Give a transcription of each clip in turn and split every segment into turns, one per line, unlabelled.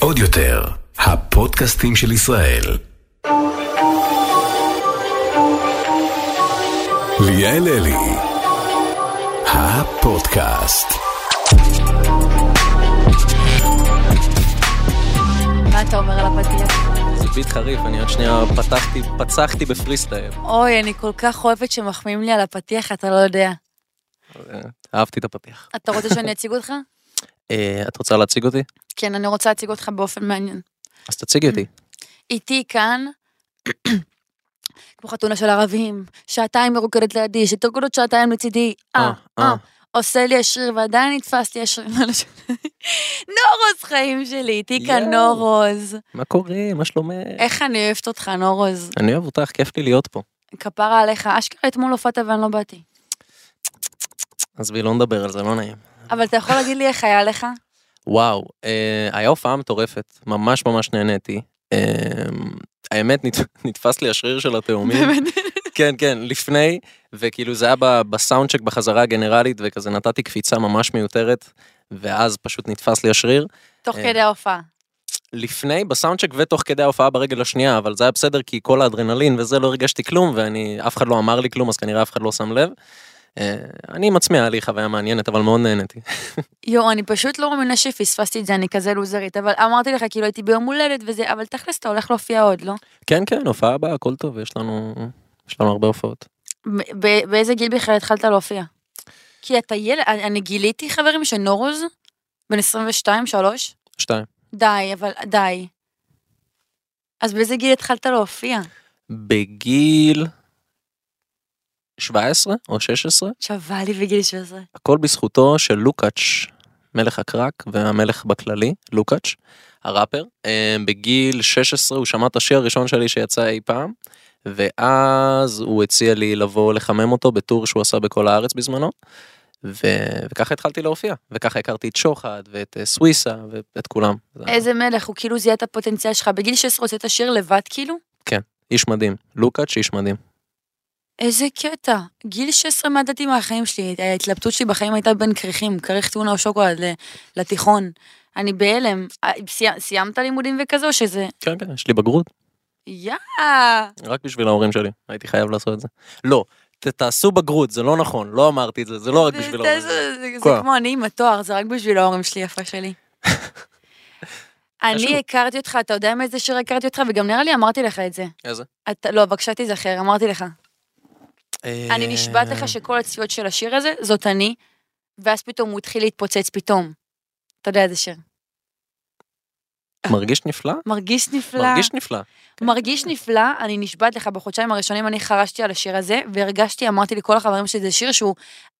עוד יותר, הפודקאסטים של ישראל. ליאל אלי, הפודקאסט.
מה אתה אומר על הפתיח?
זה ביט חריף, אני עוד שנייה פתחתי, פצחתי בפריסטייל.
אוי, אני כל כך אוהבת שמחמיאים לי על הפתיח, אתה לא יודע.
אה, אהבתי את הפתיח.
אתה רוצה שאני אציג אותך?
אה, את רוצה להציג אותי?
כן, אני רוצה להציג אותך באופן מעניין.
אז תציגי אותי.
איתי כאן, כמו חתונה של ערבים, שעתיים מרוקדת לידי, שתרקודות שעתיים לצידי, אה, אה. עושה לי השריר ועדיין נתפס לי השריר מעל השני. נורוז חיים שלי, איתי כאן
יואו.
נורוז.
מה קורה? מה שלומך?
איך אני אוהבת אותך, נורוז.
אני אוהב אותך, כיף לי להיות פה.
כפרה עליך, אשכרה אתמול הופעת ואני לא באתי.
עזבי, לא נדבר על זה, לא נעים.
אבל אתה יכול להגיד לי איך היה לך?
וואו, אה, היה הופעה מטורפת, ממש ממש נהניתי. אה, האמת, נת- נתפס לי השריר של התאומים.
באמת.
כן, כן, לפני, וכאילו זה היה ב- בסאונדשק בחזרה הגנרלית, וכזה נתתי קפיצה ממש מיותרת, ואז פשוט נתפס לי השריר.
תוך
אה,
כדי ההופעה.
לפני, בסאונדשק ותוך כדי ההופעה ברגל השנייה, אבל זה היה בסדר כי כל האדרנלין וזה לא הרגשתי כלום, ואני, אף אחד לא אמר לי כלום, אז כנראה אף אחד לא שם לב. אה, אני עם עצמי היה לי חוויה מעניינת, אבל מאוד נהניתי.
יואו, אני פשוט לא מאמינה שפספסתי את זה, אני כזה לוזרית, אבל אמרתי לך, כאילו הייתי ביום הולדת וזה, אבל תכלס אתה הולך להופיע עוד, לא?
כן, כן, הופעה הבאה, הכל טוב, יש לנו, יש לנו הרבה הופעות.
ב- ב- באיזה גיל בכלל התחלת להופיע? כי אתה ילד, אני אני גיליתי חברים שנורוז, בן 22, 3,
שתיים.
די, אבל די. אז באיזה גיל התחלת להופיע?
בגיל 17 או 16,
שווה לי בגיל 16.
הכל בזכותו של לוקאץ', מלך הקרק והמלך בכללי, לוקאץ', הראפר. אה, בגיל 16 הוא שמע את השיר הראשון שלי שיצא אי פעם, ואז הוא הציע לי לבוא לחמם אותו בטור שהוא עשה בכל הארץ בזמנו. ו- וככה התחלתי להופיע, וככה הכרתי את שוחד ואת אה, סוויסה ואת כולם. זה
איזה מלך, הוא כאילו זיהה את הפוטנציאל שלך, בגיל 16 הוצאת שיר לבד כאילו?
איש מדהים, לוקאץ' איש מדהים.
איזה קטע. גיל 16 מדדתי מהחיים שלי, ההתלבטות שלי בחיים הייתה בין כריכים, כריך טונה או שוקולד ל- לתיכון. אני בהלם. אה, סי- סיימת לימודים וכזה או שזה...
כן, כן, יש לי בגרות,
יאה!
רק בשביל ההורים שלי, הייתי חייב לעשות את זה. לא, ת- תעשו בגרות, זה לא נכון, לא אמרתי את זה, זה לא רק בשביל
זה-
ההורים.
זה- זה- זה
כוח.
כמו אני עם התואר, זה רק בשביל ההורים שלי, יפה שלי.
חשוב.
אני הכרתי אותך, אתה יודע מאיזה שיר הכרתי אותך, וגם נראה לי אמרתי לך את זה.
איזה?
אתה, לא, בבקשה תיזכר, אמרתי לך. אני נשבעת
אה,
לך שכל הצפיות של השיר הזה, זאת אני, ואז פתאום הוא התחיל להתפוצץ פתאום. אתה יודע איזה שיר.
מרגיש נפלא?
מרגיש נפלא.
מרגיש נפלא.
מרגיש נפלא, אני נשבעת לך, בחודשיים הראשונים אני חרשתי על השיר הזה, והרגשתי, אמרתי לכל החברים שזה שיר שהוא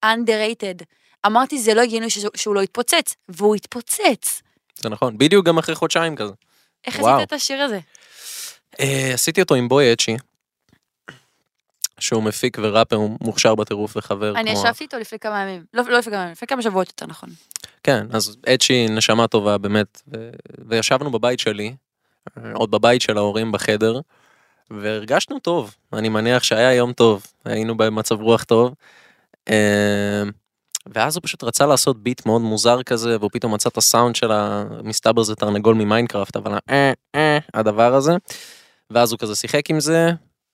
underrated. אמרתי, זה לא הגיוני שזה- שהוא לא התפוצץ, והוא התפוצץ.
זה נכון, בדיוק גם אחרי חודשיים כזה.
איך
וואו.
עשית את השיר הזה?
אה, עשיתי אותו עם בוי אצ'י, שהוא מפיק וראפר, הוא מוכשר בטירוף וחבר כמו...
אני ישבתי איתו לפני כמה ימים. לא לא לפני כמה ימים, לפני כמה שבועות יותר נכון.
כן, אז אצ'י נשמה טובה באמת, ו... וישבנו בבית שלי, אה, עוד בבית של ההורים בחדר, והרגשנו טוב, אני מניח שהיה יום טוב, היינו במצב רוח טוב. אה, ואז הוא פשוט רצה לעשות ביט מאוד מוזר כזה, והוא פתאום מצא את הסאונד של המסתבר זה תרנגול ממיינקראפט, אבל אה, אה, הדבר הזה. ואז הוא כזה שיחק עם זה,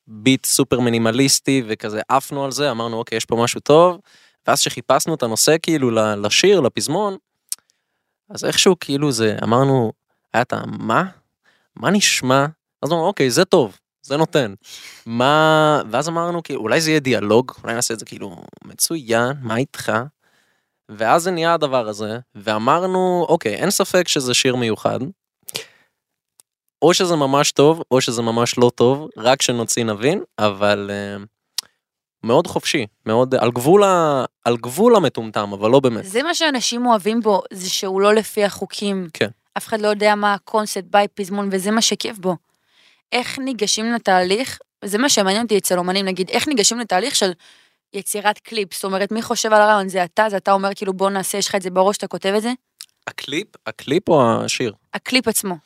ביט סופר מינימליסטי, וכזה עפנו על זה, אמרנו אוקיי, יש פה משהו טוב. ואז שחיפשנו את הנושא כאילו ל- לשיר, לפזמון, אז איכשהו כאילו זה, אמרנו, היה את מה? מה נשמע? אז אמרנו, אוקיי, זה טוב, זה נותן. מה... ואז אמרנו, כאילו, אולי זה יהיה דיאלוג, אולי נעשה את זה כאילו, מצוין, מה איתך? ואז זה נהיה הדבר הזה, ואמרנו, אוקיי, אין ספק שזה שיר מיוחד. או שזה ממש טוב, או שזה ממש לא טוב, רק כשנוציא נבין, אבל אה, מאוד חופשי, מאוד על גבול, ה, על גבול המטומטם, אבל לא באמת.
זה מה שאנשים אוהבים בו, זה שהוא לא לפי החוקים.
כן.
אף אחד לא יודע מה הקונספט, ביי, פזמון, וזה מה שכיף בו. איך ניגשים לתהליך, זה מה שמעניין אותי אצל אומנים, נגיד, איך ניגשים לתהליך של יצירת קליפ, זאת אומרת, מי חושב על הרעיון, זה אתה, זה אתה אומר כאילו בוא נעשה, יש לך את זה בראש, אתה כותב את זה?
הקליפ, הקליפ או השיר?
הקליפ עצמו.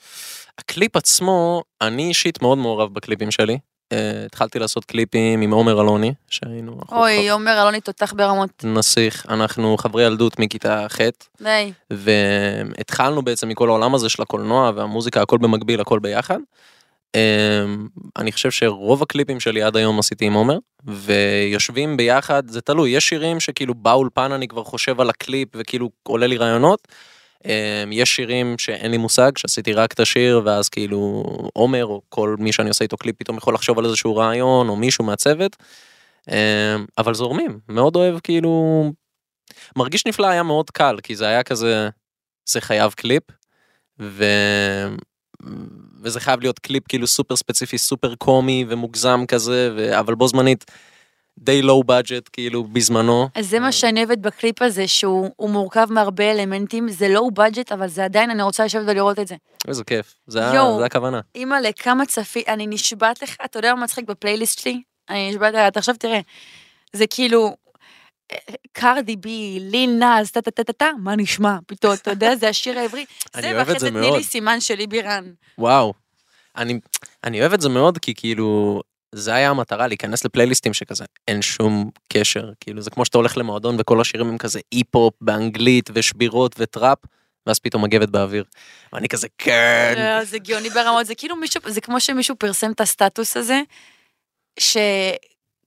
הקליפ עצמו, אני אישית מאוד מעורב בקליפים שלי. אה, התחלתי לעשות קליפים עם עומר אלוני, שהיינו... אנחנו
אוי, עומר אלוני תותח ברמות.
חב- נסיך, אנחנו חברי ילדות מכיתה ח',
די.
והתחלנו בעצם מכל העולם הזה של הקולנוע והמוזיקה, הכל במקביל, הכל ביחד. אה, אני חושב שרוב הקליפים שלי עד היום עשיתי עם עומר, ויושבים ביחד, זה תלוי, יש שירים שכאילו באולפן אני כבר חושב על הקליפ וכאילו עולה לי רעיונות. אה, יש שירים שאין לי מושג, שעשיתי רק את השיר, ואז כאילו עומר או כל מי שאני עושה איתו קליפ פתאום יכול לחשוב על איזשהו רעיון או מישהו מהצוות. אה, אבל זורמים, מאוד אוהב כאילו... מרגיש נפלא היה מאוד קל, כי זה היה כזה, זה חייב קליפ, ו... וזה חייב להיות קליפ כאילו סופר ספציפי, סופר קומי ומוגזם כזה, ו... אבל בו זמנית די לואו בדג'ט כאילו בזמנו.
אז זה מה שאני אוהבת בקליפ הזה, שהוא הוא מורכב מהרבה אלמנטים, זה לואו בדג'ט, אבל זה עדיין, אני רוצה לשבת ולראות את זה.
איזה כיף, זה, ה-
יואו.
זה הכוונה.
אימא'לה, כמה צפי, אני נשבעת לך, אתה יודע מה מצחיק בפלייליסט שלי? אני נשבעת לך, אתה עכשיו תראה, זה כאילו, אה, קרדי בי, ליל נאז, טה טה טה טה טה, מה נשמע? פתאום, אתה יודע, זה השיר העברי.
אני אוהב את
ואחרי
זה
תני
מאוד.
לי סימן שלי בירן.
וואו. אני, אני אוהב את זה מאוד, כי כאילו, זה היה המטרה, להיכנס לפלייליסטים שכזה, אין שום קשר. כאילו, זה כמו שאתה הולך למועדון וכל השירים הם כזה אי-פופ באנגלית ושבירות וטראפ, ואז פתאום מגבת באוויר. ואני כזה, כן.
לא, זה גאוני ברמות, זה כאילו מישהו, זה כמו שמישהו פרסם את הסטטוס הזה, ש...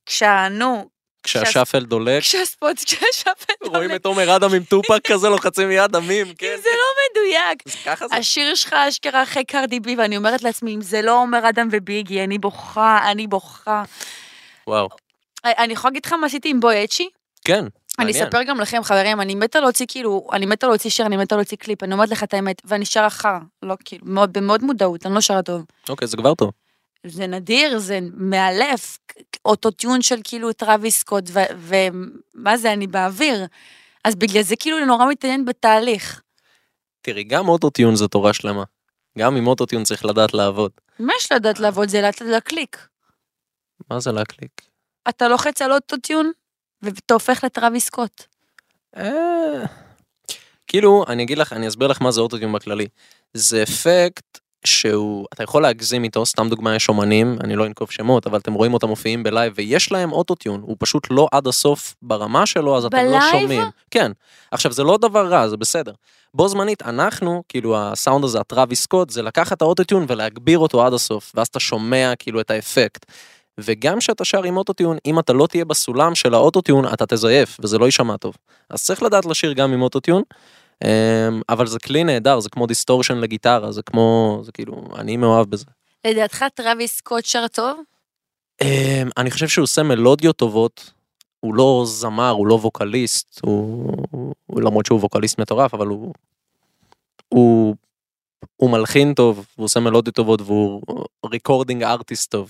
כשה, נו,
כשהשאפל דולק,
כשהספוט, כשהשאפל
אה, רואים את עומר אדם עם טופק כזה, לוחצים יד עמים,
אם
כן.
זה לא מדויק,
אז ככה זה.
השיר שלך אשכרה אחרי קרדי בי, ואני אומרת לעצמי, אם זה לא אומר אדם וביגי, אני בוכה, אני בוכה. אה,
וואו.
אני יכולה להגיד לך מה עשיתי עם בואצ'י?
כן,
אני
מעניין.
אספר גם לכם, חברים, אני מתה להוציא כאילו, אני מתה להוציא שיר, אני מתה להוציא קליפ, אני אומרת לך את האמת, ואני שרה חרא, לא כאילו, מאוד- במאוד מודעות, אני לא שרה טוב.
אוקיי, זה כבר טוב.
זה נדיר, זה מאלף, אוטוטיון של כאילו טראביס סקוט, ו- ומה זה, אני באוויר. אז בגלל זה כאילו אני נורא מתעניינת בתהליך.
תראי, גם אוטוטיון זה תורה שלמה. גם עם אוטוטיון צריך לדעת לעבוד.
מה יש
אה.
לדעת לא לעבוד זה לאט לאט להקליק.
מה זה להקליק?
אתה לוחץ על אוטוטיון, ואתה הופך לטראביס סקוט.
אה, כאילו, אני אגיד לך, אני אסביר לך מה זה אוטוטיום בכללי. זה אפקט שהוא, אתה יכול להגזים איתו, סתם דוגמה, יש אומנים, אני לא אנקוב שמות, אבל אתם רואים אותם מופיעים בלייב, ויש להם אוטוטיון, הוא פשוט לא עד הסוף ברמה שלו, אז אתם לא
בלייב?
שומעים. כן. עכשיו, זה לא דבר רע, זה בסדר. בו זמנית, אנחנו, כאילו, הסאונד הזה, הטראביס סקוט, זה לקחת את האוטוטיון ולהגביר אותו עד הסוף, ואז אתה שומע, כאילו, את האפקט. וגם כשאתה שר עם אוטוטיון, אם אתה לא תהיה בסולם של האוטוטיון, אתה תזייף, וזה לא יישמע טוב. אז צריך לדעת לשיר גם עם אוטוטיון. אמ, אבל זה כלי נהדר, זה כמו דיסטורשן לגיטרה, זה כמו, זה כאילו, אני מאוהב בזה.
לדעתך טראביס סקוט שר טוב?
אמ, אני חושב שהוא עושה מלודיות טובות, הוא לא זמר, הוא לא ווקליסט, הוא, הוא למרות שהוא ווקליסט מטורף, אבל הוא, הוא, הוא מלחין טוב, הוא עושה מלודיות טובות והוא ריקורדינג ארטיסט טוב.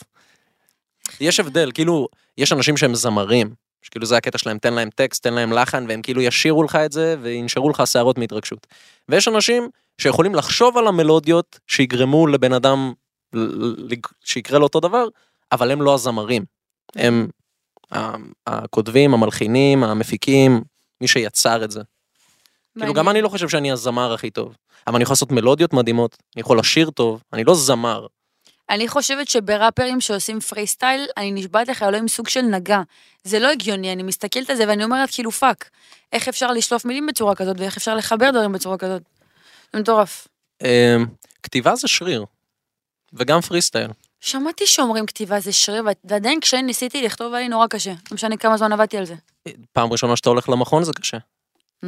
יש הבדל, כאילו, יש אנשים שהם זמרים, שכאילו זה הקטע שלהם, תן להם טקסט, תן להם לחן, והם כאילו ישירו לך את זה, וינשרו לך שערות מהתרגשות. ויש אנשים שיכולים לחשוב על המלודיות שיגרמו לבן אדם, ל- ל- שיקרה לו אותו דבר, אבל הם לא הזמרים. הם ה- הכותבים, המלחינים, המפיקים, מי שיצר את זה. כאילו גם אני לא חושב שאני הזמר הכי טוב, אבל אני יכול לעשות מלודיות מדהימות, אני יכול לשיר טוב, אני לא זמר.
אני חושבת שבראפרים שעושים פרי סטייל, אני נשבעת לך, אלוהים סוג של נגע. זה לא הגיוני, אני מסתכלת על זה ואני אומרת, כאילו, פאק, איך אפשר לשלוף מילים בצורה כזאת, ואיך אפשר לחבר דברים בצורה כזאת? זה מטורף.
אמ, כתיבה זה שריר, וגם פרי סטייל.
שמעתי שאומרים כתיבה זה שריר, ואת- ועדיין כשאני ניסיתי לכתוב היה לי נורא קשה. לא משנה כמה זמן עבדתי על זה.
פעם ראשונה שאתה הולך למכון זה קשה,
Mm,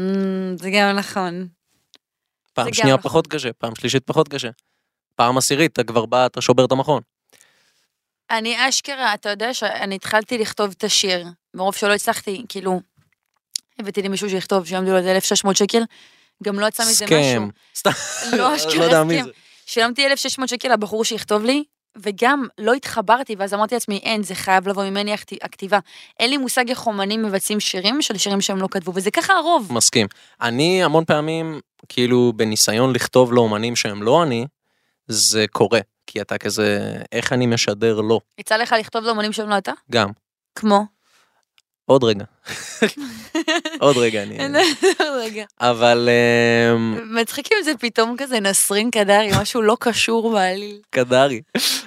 זה גם נכון.
פעם
גם
שנייה
נכון.
פחות קשה, פעם שלישית פחות קשה. פעם עשירית אתה כבר בא, אתה שובר את המכון.
אני אשכרה, אתה יודע שאני התחלתי לכתוב את השיר, מרוב שלא הצלחתי, כאילו, הבאתי לי מישהו שיכתוב, שילמתי לו איזה 1,600 שקל, גם לא יצא מזה משהו.
סכם. סתם,
לא
לא
אשכרה
יודע מי
הסכם.
זה.
שילמתי 1,600 שקל לבחור שיכתוב לי, וגם לא התחברתי, ואז אמרתי לעצמי, אין, זה חייב לבוא ממני הכת- הכתיבה. אין לי מושג איך אומנים מבצעים שירים של שירים שהם לא כתבו, וזה ככה הרוב.
מסכים. אני המון פעמים, כאילו, בניסיון לכתוב לאומנים שהם לא אני, זה קורה. כי אתה כזה, איך אני משדר לא,
יצא לך לכתוב לאומנים שהם לא אתה?
גם.
כמו?
עוד רגע. עוד רגע אני...
רגע.
אבל אמ,
מצחיק אם זה פתאום כזה נסרין קדרי, משהו לא קשור בעליל.
קדרי.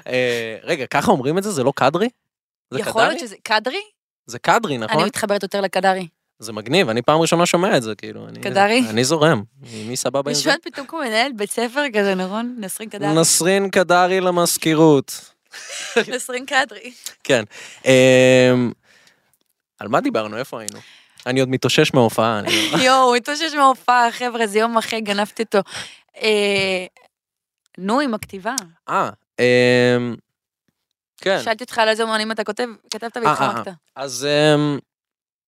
אה, רגע, ככה אומרים את זה? זה לא קדרי? זה
יכול
קדרי?
להיות שזה... קדרי?
זה קדרי,
אני
נכון?
מתחברת יותר לקדרי.
זה מגניב, אני פעם ראשונה שומע את זה, כאילו. אני-
קדרי?
אני זורם. מי סבבה עם זה?
נשמעת פתאום כמו מנהלת בית ספר כזה, נכון? נסרין קדרי.
נסרין קדרי למזכירות.
נסרין קדרי.
כן. אמ, על מה דיברנו? איפה היינו? אני עוד מתאושש מההופעה. אני-
יואו, הוא התאושש מההופעה, חבר'ה, זה יום אחרי, גנבתי אותו. אה, נו, עם הכתיבה.
אה, אמ, כן. אה,
שאלתי אותך על איזה אומנים אתה כותב, כתבת והתחמקת.
אז אמ,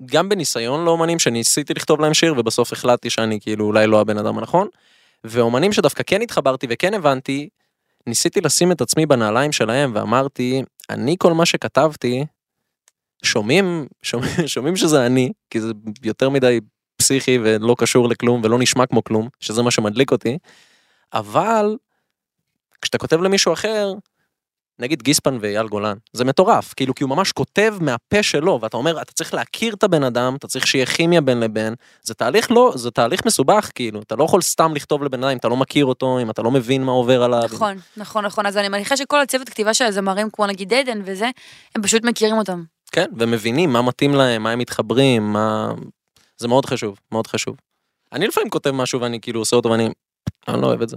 גם בניסיון לאומנים שניסיתי לכתוב להם שיר ובסוף החלטתי שאני כאילו אולי לא הבן אדם הנכון. ואומנים שדווקא כן התחברתי וכן הבנתי, ניסיתי לשים את עצמי בנעליים שלהם ואמרתי, אני כל מה שכתבתי, שומעים, שומעים, שומעים שזה אני, כי זה יותר מדי פסיכי ולא קשור לכלום ולא נשמע כמו כלום, שזה מה שמדליק אותי, אבל כשאתה כותב למישהו אחר, נגיד גיספן ואייל גולן, זה מטורף, כאילו כי הוא ממש כותב מהפה שלו, ואתה אומר, אתה צריך להכיר את הבן אדם, אתה צריך שיהיה כימיה בין לבין, זה תהליך לא, זה תהליך מסובך, כאילו, אתה לא יכול סתם לכתוב לבן אדם אם אתה לא מכיר אותו, אם אתה לא מבין מה עובר עליו. אם-
נכון, נכון, נכון. אז אני מניחה שכל הצוות כתיבה של הזמרים, כמו נגיד עדן וזה, הם פשוט מכירים אותם.
כן, ומבינים מה מתאים להם, מה הם מתחברים, מה... זה מאוד חשוב, מאוד חשוב. אני לפעמים כותב משהו ואני כאילו עושה אותו ואני, אני לא אוהב את זה.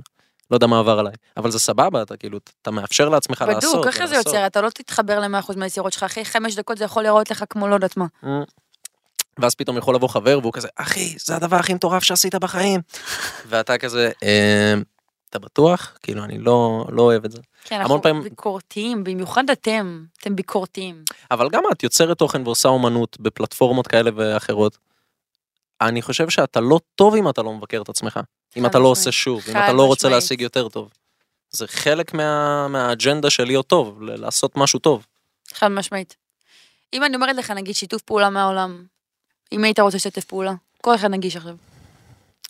לא יודע מה עבר עליי, אבל זה סבבה, אתה כאילו, אתה מאפשר לעצמך לעשות.
בדוק, ככה זה
ולעשות.
יוצר, אתה לא תתחבר ל-100% מהיצירות שלך, אחרי חמש דקות זה יכול להיראות לך כמו לא יודעת מה.
אה. ואז פתאום יכול לבוא חבר והוא כזה, אחי, זה הדבר הכי מטורף שעשית בחיים. ואתה כזה, "אה, אתה בטוח? כאילו, אני לא, לא אוהב את זה.
כן,
המון
אנחנו
פעמים-
ביקורתיים, במיוחד אתם, אתם ביקורתיים.
אבל גם את יוצרת תוכן ועושה אומנות בפלטפורמות כאלה ואחרות. אני חושב שאתה לא טוב אם אתה לא מבקר את עצמך. אם אתה לא
משמעית.
עושה שוב, אם אתה
חד
לא רוצה
משמעית.
להשיג יותר טוב. זה חלק מה, מהאג'נדה של להיות טוב, ל- לעשות משהו טוב.
חד משמעית. אם אני אומרת לך, נגיד, שיתוף פעולה מהעולם, אם היית רוצה לשתף פעולה, כל אחד נגיש עכשיו,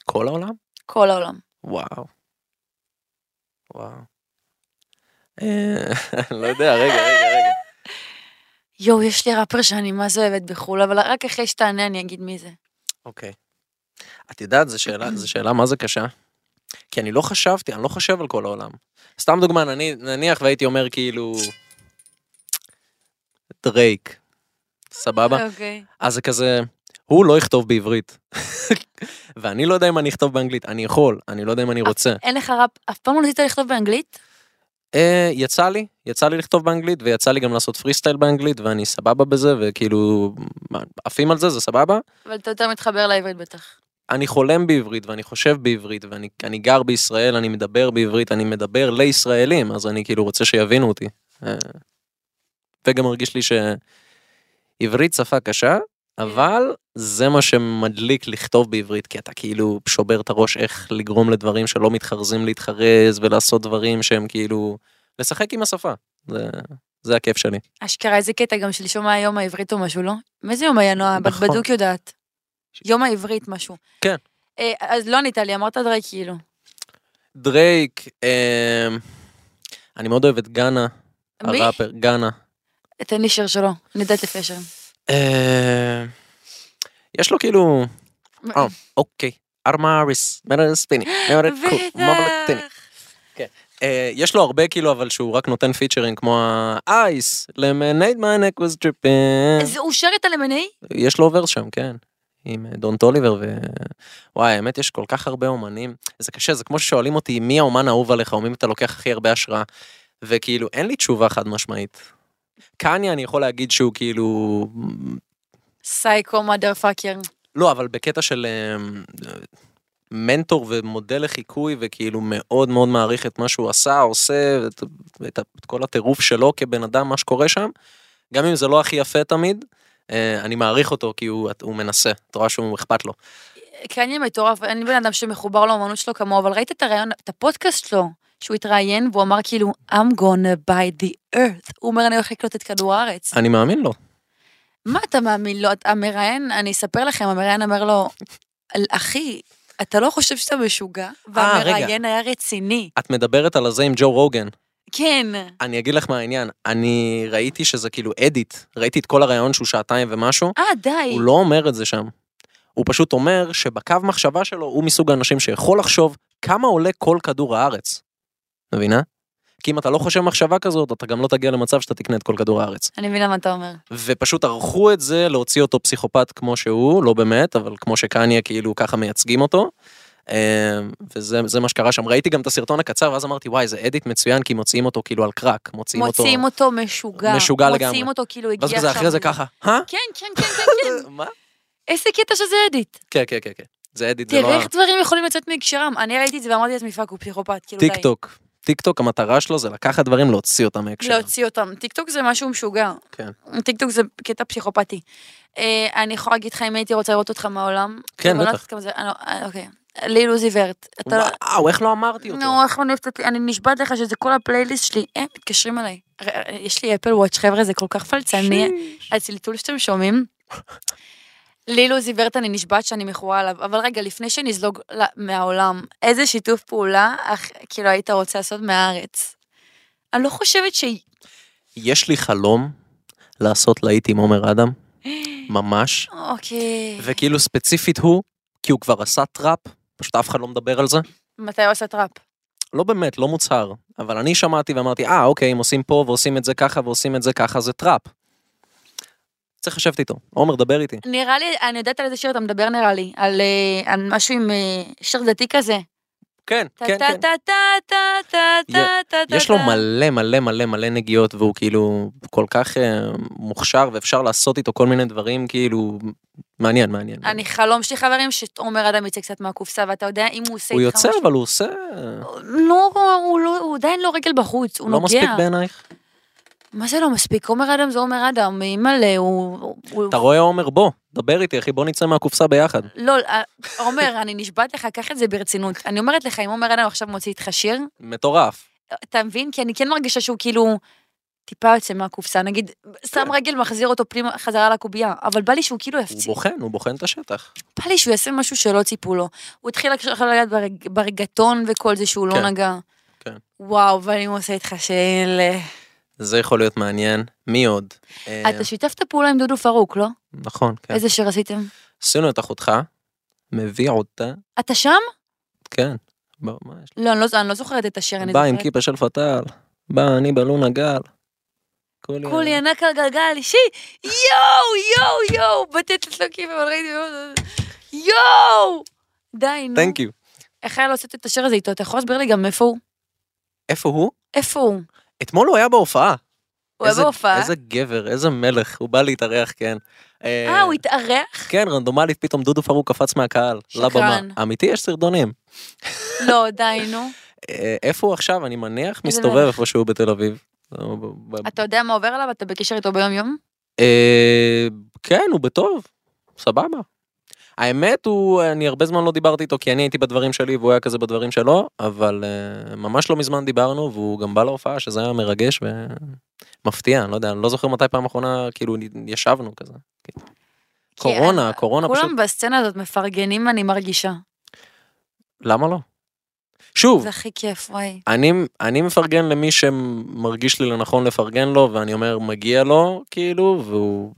כל העולם?
כל העולם.
וואו. וואו. אה, לא יודע, רגע, רגע, רגע.
יואו, יש לי ראפר שאני מה זה אוהבת בחו"ל, אבל רק אחרי שתענה אני אגיד מי זה.
אוקיי. את יודעת, זו שאלה, זו שאלה מה זה קשה. כי אני לא חשבתי, אני לא חושב על כל העולם. סתם דוגמה, אני, נניח והייתי אומר כאילו... דרייק. סבבה?
אוקיי.
אז זה כזה, הוא לא יכתוב בעברית. ואני לא יודע אם אני אכתוב באנגלית, אני יכול, אני לא יודע אם אני רוצה.
אין לך ראפ, אף פעם לא ניסית לכתוב באנגלית?
אה, יצא לי, יצא לי לכתוב באנגלית, ויצא לי גם לעשות פרי סטייל באנגלית, ואני סבבה בזה, וכאילו, מה, עפים על זה, זה סבבה.
אבל אתה יותר מתחבר לעברית בטח.
אני חולם בעברית ואני חושב בעברית ואני אני גר בישראל, אני מדבר בעברית, אני מדבר לישראלים, אז אני כאילו רוצה שיבינו אותי. אה, וגם מרגיש לי שעברית שפה קשה, אבל זה מה שמדליק לכתוב בעברית, כי אתה כאילו שובר את הראש איך לגרום לדברים שלא מתחרזים להתחרז ולעשות דברים שהם כאילו... לשחק עם השפה, זה, זה הכיף שלי.
אשכרה, איזה קטע, גם שלשום היה יום העברית או משהו, לא? מאיזה יום היה נועה? בת
נכון.
בדוק יודעת. יום העברית משהו.
כן.
אה, אז לא ענית לי, אמרת דרי כאילו.
דרייק, אה, אני מאוד אוהב את גאנה,
מי?
הראפר, גאנה.
תן לי שיר שלו, אני יודעת לפי השם.
אה, יש לו כאילו, אה, אוקיי, ארמריס, מרס פיני, מרס קו, מבלטיני. יש לו הרבה כאילו, אבל שהוא רק נותן פיצ'רים כמו ה-Ice, Lemonade my neck was dripping.
אז הוא שר את הלמנאי?
יש לו ורס שם, כן. עם אה, דון טוליבר ו... וואי, האמת, יש כל כך הרבה אומנים. זה קשה, זה כמו ששואלים אותי, מי האומן האהוב עליך, או מי אתה לוקח הכי הרבה השראה. וכאילו, אין לי תשובה חד משמעית. קניה, אני יכול להגיד שהוא כאילו...
סייקו מאדר פאקר.
לא, אבל בקטע של אמ, מנטור ומודל לחיקוי, וכאילו מאוד מאוד מעריך את מה שהוא עשה, עושה, את, את, ה- את כל הטירוף שלו כבן אדם, מה שקורה שם. גם אם זה לא הכי יפה תמיד, אה, אני מעריך אותו כי הוא, הוא מנסה, אתה רואה שהוא אכפת לו.
קניה מטורף, כן, אני בן אדם שמחובר לאומנות שלו כמוהו, אבל ראית את הראיון, את הפודקאסט שלו, שהוא התראיין והוא אמר כאילו, I'm gonna buy the earth. הוא אומר, אני הולך לקלוט את כדור הארץ.
אני מאמין לו.
מה אתה מאמין לו? את- המראיין, אני אספר לכם, המראיין אומר לו, "אל- אחי, אתה לא חושב שאתה משוגע?
אה, רגע.
והמראיין היה רציני.
את מדברת על הזה עם ג'ו רוגן.
כן.
אני אגיד לך מה העניין, אני ראיתי שזה כאילו אדיט, ראיתי את כל הרעיון שהוא שעתיים ומשהו,
אה, די.
הוא לא אומר את זה שם. הוא פשוט אומר שבקו מחשבה שלו הוא מסוג האנשים שיכול לחשוב כמה עולה כל כדור הארץ. מבינה? כי אם אתה לא חושב מחשבה כזאת, אתה גם לא תגיע למצב שאתה תקנה את כל כדור הארץ.
אני מבינה מה אתה אומר.
ופשוט ערכו את זה להוציא אותו פסיכופת כמו שהוא, לא באמת, אבל כמו שקניה כאילו ככה מייצגים אותו. אה, וזה זה מה שקרה שם. ראיתי גם את הסרטון הקצר, ואז אמרתי, וואי, זה אדיט מצוין, כי מוציאים אותו כאילו על קרק. מוציאים אותו...
מוציאים אותו משוגע.
משוגע לגמרי.
מוציאים אותו כאילו הגיע
ואז
עכשיו.
כזה אחרי זה
מזה.
ככה, הא?
כן, כן, כן, כן, כן.
מה?
איזה קטע שזה אדיט.
כן, כן, כן, כן. זה אדיט, זה לא...
תראה איך דברים יכולים לצאת מהקשרם. אני ראיתי את זה ואמרתי לעצמי, פאק, הוא פסיכופת, כאילו די.
טיק טוק. טיק טוק המטרה שלו זה לקחת דברים להוציא אותם מהקשר.
להוציא לא, אותם. טיקטוק זה משהו משוגע.
כן.
טיקטוק זה קטע פסיכופתי. אה, אני יכולה להגיד לך אם הייתי רוצה לראות אותך מהעולם.
כן,
אבל לא
בטח.
יודעת כמה זה- אה, לא, אה, אוקיי. ליל עוזי ורט. אתה לא-
וואו, איך לא אמרתי אותו?
נו, איך אני אוהבת את... אני נשבעת לך שזה כל הפלייליסט שלי. הם מתקשרים אליי. ר- ר- יש לי אפל וואץ', חבר'ה, זה כל כך פלצני. הצלצול שאתם שומעים. לילו זיוורט, אני נשבעת שאני מכורה עליו. אבל רגע, לפני שנזלוג ל- מהעולם, איזה שיתוף פעולה אך- כאילו היית רוצה לעשות מהארץ? אני לא חושבת ש...
יש לי חלום לעשות להיט עם עומר אדם, ממש,
אוקיי.
וכאילו ספציפית הוא, כי הוא כבר עשה טראפ, פשוט אף אחד לא מדבר על זה.
מתי הוא עושה טראפ?
לא באמת, לא מוצהר, אבל אני שמעתי ואמרתי, אה, אוקיי, אם עושים פה ועושים את זה ככה ועושים את זה ככה, זה טראפ. צריך לשבת איתו. עומר, דבר איתי.
נראה לי, אני יודעת על איזה שיר אתה מדבר נראה לי, על אה, על משהו עם אה, שיר דתי כזה.
כן,
טה
כן,
טה
כן.
טה טה טה טה
יה-
טה טה.
יש לו
טה.
מלא מלא מלא מלא נגיעות והוא כאילו כל כך אה, מוכשר ואפשר לעשות איתו כל מיני דברים כאילו מעניין מעניין.
אני חלום שלי חברים שעומר אדם יצא קצת מהקופסה ואתה יודע אם הוא עושה
הוא
איתך
יוצא
משהו-
אבל הוא עושה
נו, הוא לא- הוא עדיין לא רגל בחוץ, הוא
לא מספיק
נוגע.
בעינייך.
מה זה לא מספיק? עומר אדם זה עומר אדם, אימא'לה, הוא... הוא-
אתה רואה עומר בוא דבר איתי אחי בוא נצא מהקופסה ביחד.
לא, אה, עומר, אני נשבעת לך, קח את זה ברצינות. אני אומרת לך, אם עומר אדם עכשיו מוציא איתך שיר,
מטורף.
אתה מבין? כי אני כן מרגישה שהוא כאילו טיפה יוצא מהקופסה, נגיד, שם רגל, מחזיר אותו פנימה חזרה לקובייה, אבל בא לי שהוא כאילו
הוא
יפציץ,
בוחן הוא בוחן את השטח.
בא לי שהוא יעשה משהו שלא ציפו לו. הוא התחיל עכשיו לגעת ברג- ברגטון וכל זה שהוא
כן,
לא נגע.
כן.
וואו, ואני עושה איתך של...
זה יכול להיות מעניין. מי עוד? אה,
אתה שיתפת פעולה עם דודו פרוק, לא?
נכון כן.
איזה שיר עשיתם?
עשינו את אחותך. מביא אותה.
אתה שם?
כן. בוא, מה יש
לא, אני לא- אני לא זוכרת את השיר, אני
לי? בא עם
זוכרת.
כיפה של פתאל. בא אני בלונה גל. כולי
כולי
ענק.
ענק על גלגל אישי, יואו, יואו, יואו, בטטת לא כיף, אבל ראיתי, יואו! די, נו.
Thank you.
איך היה לעשות את השיר הזה איתו? אתה יכול להסביר לי גם איפה הוא?
איפה הוא?
איפה הוא?
אתמול הוא היה בהופעה.
הוא היה
איזה-
בהופעה.
איזה גבר, איזה מלך, הוא בא להתארח, כן.
אה, הוא התארח?
כן, רנדומלית, פתאום דודו פרוק קפץ מהקהל,
שקרן.
לבמה. אמיתי, יש סרטונים.
לא, די, נו.
אה, איפה הוא עכשיו? אני מניח
איזה
מסתובב
מלך.
איפשהו בתל אביב. הוא ב- ב-
אתה יודע מה עובר עליו? אתה בקשר איתו ביום-יום?
אה, כן, הוא בטוב, סבבה. האמת הוא, אני הרבה זמן לא דיברתי איתו, כי אני הייתי בדברים שלי והוא היה כזה בדברים שלו, אבל אה, ממש לא מזמן דיברנו, והוא גם בא להופעה, שזה היה מרגש ומפתיע, אני לא יודע, אני לא זוכר מתי פעם אחרונה, כאילו, ישבנו כזה. קורונה, קורונה לא, פשוט,
כולם בסצנה הזאת מפרגנים, אני מרגישה.
למה לא? שוב,
זה הכי כיף, וואי.
אני, אני מפרגן למי שמרגיש לי לנכון לפרגן לו, ואני אומר מגיע לו, כאילו, והוא,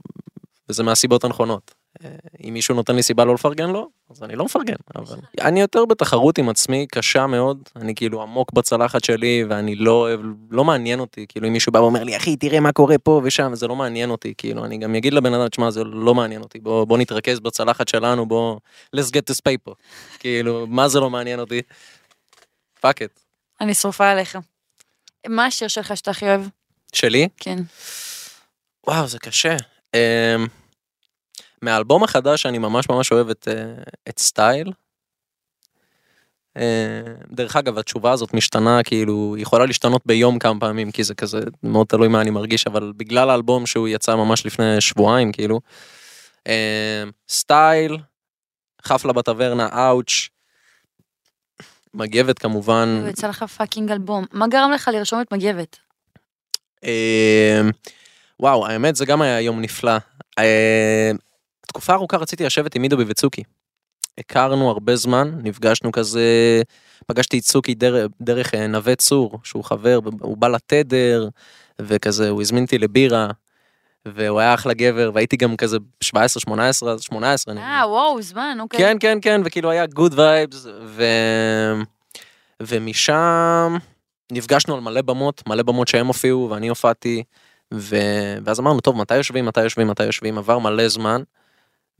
וזה מהסיבות הנכונות. אה, אם מישהו נותן לי סיבה לא לפרגן לו, אז אני לא מפרגן, אבל אני יותר בתחרות עם עצמי קשה מאוד, אני כאילו עמוק בצלחת שלי, ואני לא אוהב, לא מעניין אותי, כאילו אם מישהו בא ואומר לי, אחי, תראה מה קורה פה ושם, זה לא מעניין אותי, כאילו, אני גם אגיד לבן אדם, תשמע, זה לא מעניין אותי, בוא, בוא נתרכז בצלחת שלנו, בוא, let's get this paper, כאילו, מה זה לא מעניין אותי? פאק את.
אני שרופה עליך. מה השיר שלך שאתה הכי אוהב?
שלי?
כן.
וואו, זה קשה. Um, מהאלבום החדש אני ממש ממש אוהב את, אה, את סטייל. Uh, דרך אגב, התשובה הזאת משתנה, כאילו, היא יכולה להשתנות ביום כמה פעמים, כי זה כזה מאוד תלוי מה אני מרגיש, אבל בגלל האלבום שהוא יצא ממש לפני שבועיים, כאילו. אה, סטייל, חפלה בטברנה, אאוץ', מגבת כמובן.
הוא יצא לך פאקינג אלבום. מה גרם לך לרשום את מגבת?
אה, וואו, האמת זה גם היה יום נפלא. אה, תקופה ארוכה רציתי לשבת עם מידו ביבצוקי. הכרנו הרבה זמן, נפגשנו כזה, פגשתי את צוקי דרך, דרך אה, נווה צור, שהוא חבר, הוא בא לתדר, וכזה, הוא הזמין אותי לבירה, והוא היה אחלה גבר, והייתי גם כזה 17-18, אז 18. אני-
אה, וואו, זמן, אוקיי.
כן, כן, כן, וכאילו היה גוד וייבס, ו... ומשם נפגשנו על מלא במות, מלא במות שהם הופיעו ואני הופעתי, ו... ואז אמרנו, טוב, מתי יושבים, מתי יושבים, מתי יושבים, עבר מלא זמן,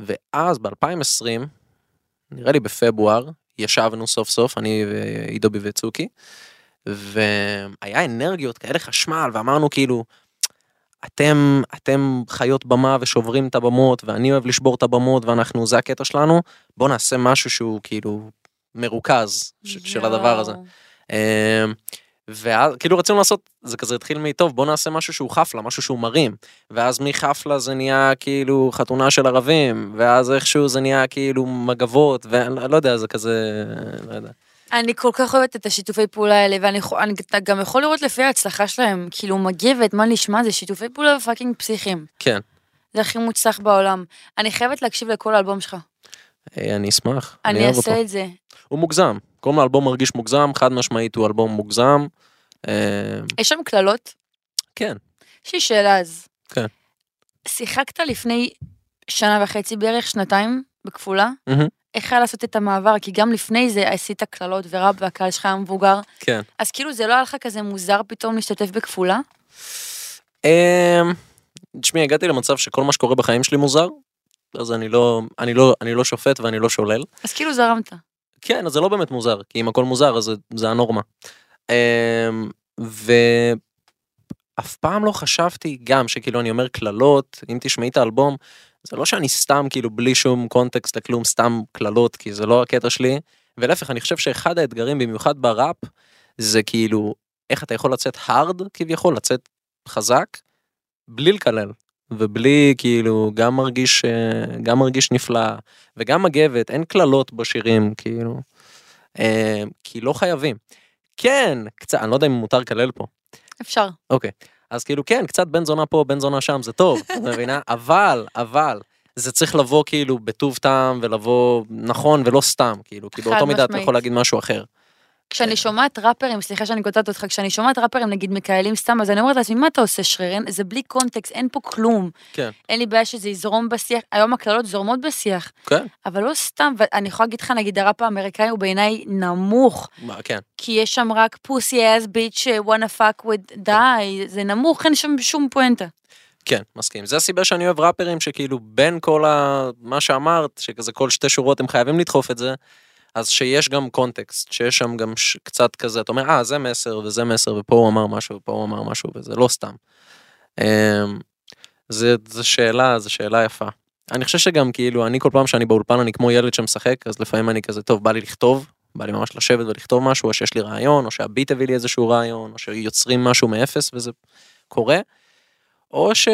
ואז ב-2020, נראה לי בפברואר, ישבנו סוף סוף, אני ועידו ביבצוקי, והיה אנרגיות כאלה חשמל, ואמרנו כאילו, אתם, אתם חיות במה ושוברים את הבמות, ואני אוהב לשבור את הבמות, ואנחנו, זה הקטע שלנו, בואו נעשה משהו שהוא כאילו מרוכז ש- של הדבר הזה.
יואו.
אמ, ואז כאילו רצינו לעשות זה כזה התחיל מטוב בוא נעשה משהו שהוא חפלה משהו שהוא מרים ואז מחפלה זה נהיה כאילו חתונה של ערבים ואז איכשהו זה נהיה כאילו מגבות ואני לא יודע זה כזה לא יודע.
אני כל כך אוהבת את השיתופי פעולה האלה, ואני יכול- אני- אתה גם יכול לראות לפי ההצלחה שלהם, כאילו מגבת, מה נשמע, זה שיתופי פעולה פאקינג פסיכיים.
כן
זה הכי מוצלח בעולם. אני חייבת להקשיב לכל האלבום שלך.
אה, אני אשמח אני
אני
אוהב אותו
אעשה את זה.
הוא מוגזם קוראים לאלבום מרגיש מוגזם חד משמעית הוא אלבום מוגזם. אמ,
יש שם קללות?
כן
יש לי שאלה אז.
כן.
שיחקת לפני שנה וחצי, בערך שנתיים, בכפולה?
מהמם.
איך היה לעשות את המעבר? כי גם לפני זה עשית קללות ורב והקהל שלך היה מבוגר.
כן.
אז כאילו זה לא היה לך כזה מוזר פתאום להשתתף בכפולה?
אמ, תשמעי הגעתי למצב שכל מה שקורה בחיים שלי מוזר. אז אני לא אני לא אני לא שופט ואני לא שולל.
אז כאילו זרמת.
כן, אז זה לא באמת מוזר, כי אם הכל מוזר אז זה, זה הנורמה. אמ, ואף פעם לא חשבתי גם שכאילו אני אומר קללות, אם תשמעי את האלבום, זה לא שאני סתם כאילו בלי שום קונטקסט לכלום, סתם קללות, כי זה לא הקטע שלי. ולהפך, אני חושב שאחד האתגרים במיוחד בראפ, זה כאילו איך אתה יכול לצאת הארד כביכול, לצאת חזק, בלי לקלל. ובלי כאילו גם מרגיש אה, גם מרגיש נפלא וגם מגבת, אין קללות בשירים, כאילו. אה, כי לא חייבים. כן, קצת, אני לא יודע אם מותר לקלל פה.
אפשר.
אוקיי. אז כאילו, כן, קצת בן זונה פה, בן זונה שם, זה טוב, את מבינה? אבל, אבל, זה צריך לבוא כאילו בטוב טעם ולבוא נכון ולא סתם, כאילו, כי
חד
באותו מידה אתה
משמעית.
יכול להגיד משהו אחר. אה.
כשאני שומעת ראפרים, סליחה שאני קוטעת אותך, כשאני שומעת ראפרים נגיד מקהלים סתם, אז אני אומרת לעצמי, מה אתה עושה שרירן? זה בלי קונטקסט, אין פה כלום.
כן.
אין לי בעיה שזה יזרום בשיח, היום הקללות זורמות בשיח,
כן,
אבל לא סתם, ואני יכולה להגיד לך, נגיד הראפ האמריקאי הוא בעיניי נמוך,
מה, כן,
כי יש שם רק פוסי אס ביץ' וואנה פאק ווד די, זה נמוך, אין שם שום פואנטה.
כן, מסכים. זה הסיבה שאני אוהב ראפרים שכאילו בין כל ה... מה שאמרת, שכזה כל שתי שורות הם חייבים לדחוף את זה, אז שיש גם קונטקסט, שיש שם גם ש... קצת כזה, אתה אומר, אה, זה מסר וזה מסר, ופה הוא אמר משהו ופה הוא אמר משהו, וזה לא סתם. אמ, זה, זה שאלה, זו שאלה יפה. אני חושב שגם כאילו, אני כל פעם שאני באולפן אני כמו ילד שמשחק, אז לפעמים אני כזה, טוב, בא לי לכתוב, בא לי ממש לשבת ולכתוב משהו, או שיש לי רעיון, או שהביט הביא לי איזשהו רעיון, או שיוצרים משהו מאפס וזה קורה. או ש...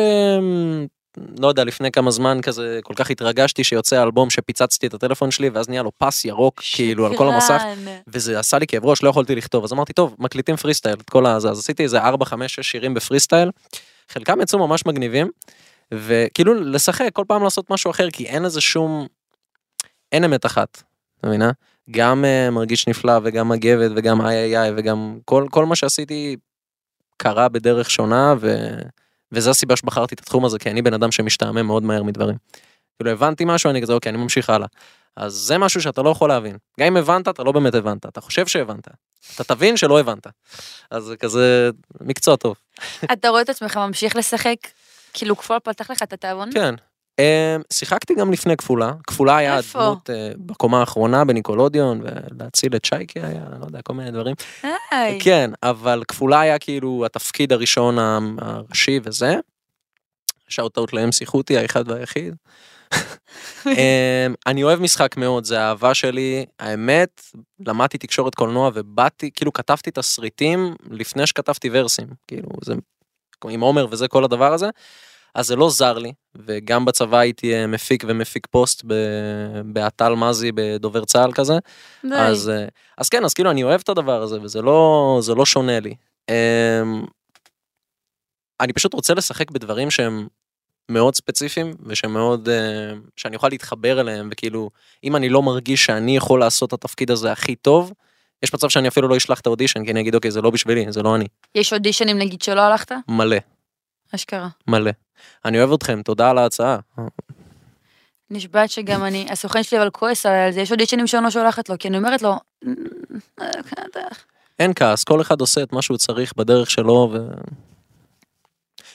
לא יודע, לפני כמה זמן כזה כל כך התרגשתי שיוצא אלבום שפיצצתי את הטלפון שלי ואז נהיה לו פס ירוק כאילו על כל המסך
שרירן.
וזה עשה לי כאב ראש לא יכולתי לכתוב אז אמרתי טוב מקליטים פרי סטייל את כל הזה אז עשיתי איזה 4-5-6 שירים בפרי סטייל. חלקם יצאו ממש מגניבים וכאילו לשחק כל פעם לעשות משהו אחר כי אין איזה שום אין אמת אחת. את מבינה? גם אה, מרגיש נפלא וגם מגבת וגם איי איי איי וגם כל כל מה שעשיתי קרה בדרך שונה ו... וזו הסיבה שבחרתי את התחום הזה כי אני בן אדם שמשתעמם מאוד מהר מדברים. כאילו הבנתי משהו אני כזה אוקיי אני ממשיך הלאה. אז זה משהו שאתה לא יכול להבין. גם אם הבנת, אתה לא באמת הבנת. אתה חושב שהבנת. אתה תבין שלא הבנת. אז זה כזה מקצוע טוב.
אתה רואה את עצמך ממשיך לשחק? כאילו כפול פתח לך את התיאבון?
כן. אמ, שיחקתי גם לפני כפולה. כפולה היה
איפה?
הדמות אה, בקומה האחרונה בניקולודיון, ולהציל את שייקי היה, לא יודע, כל מיני דברים.
היי.
כן, אבל כפולה היה כאילו התפקיד הראשון ה- הראשי וזה. שאוט אאוט לאם שיחותי, האחד והיחיד. אמ, אני אוהב משחק מאוד, זה האהבה שלי. האמת, למדתי תקשורת קולנוע ובאתי, כאילו כתבתי תסריטים לפני שכתבתי ורסים. כאילו, זה עם עומר וזה כל הדבר הזה. אז זה לא זר לי, וגם בצבא הייתי אה, מפיק ומפיק פוסט ב- באתל מזי בדובר צה"ל כזה.
די.
אז, אה, אז כן, אז כאילו אני אוהב את הדבר הזה, וזה לא, זה לא שונה לי. אמ, אני פשוט רוצה לשחק בדברים שהם מאוד ספציפיים ושמאוד אה, שאני אוכל להתחבר אליהם וכאילו אם אני לא מרגיש שאני יכול לעשות את התפקיד הזה הכי טוב. יש מצב שאני אפילו לא אשלח את האודישן כי אני אגיד אוקיי זה לא בשבילי זה לא אני
יש אודישנים נגיד שלא הלכת?
מלא
אשכרה.
מלא. אני אוהב אתכם תודה על ההצעה.
נשבעת שגם אני, הסוכן שלי אבל כועס עליי על זה, יש אודישנים שאני לא שולחת לו, כי אני אומרת לו,
אין כעס, כל אחד עושה את מה שהוא צריך בדרך שלו ו...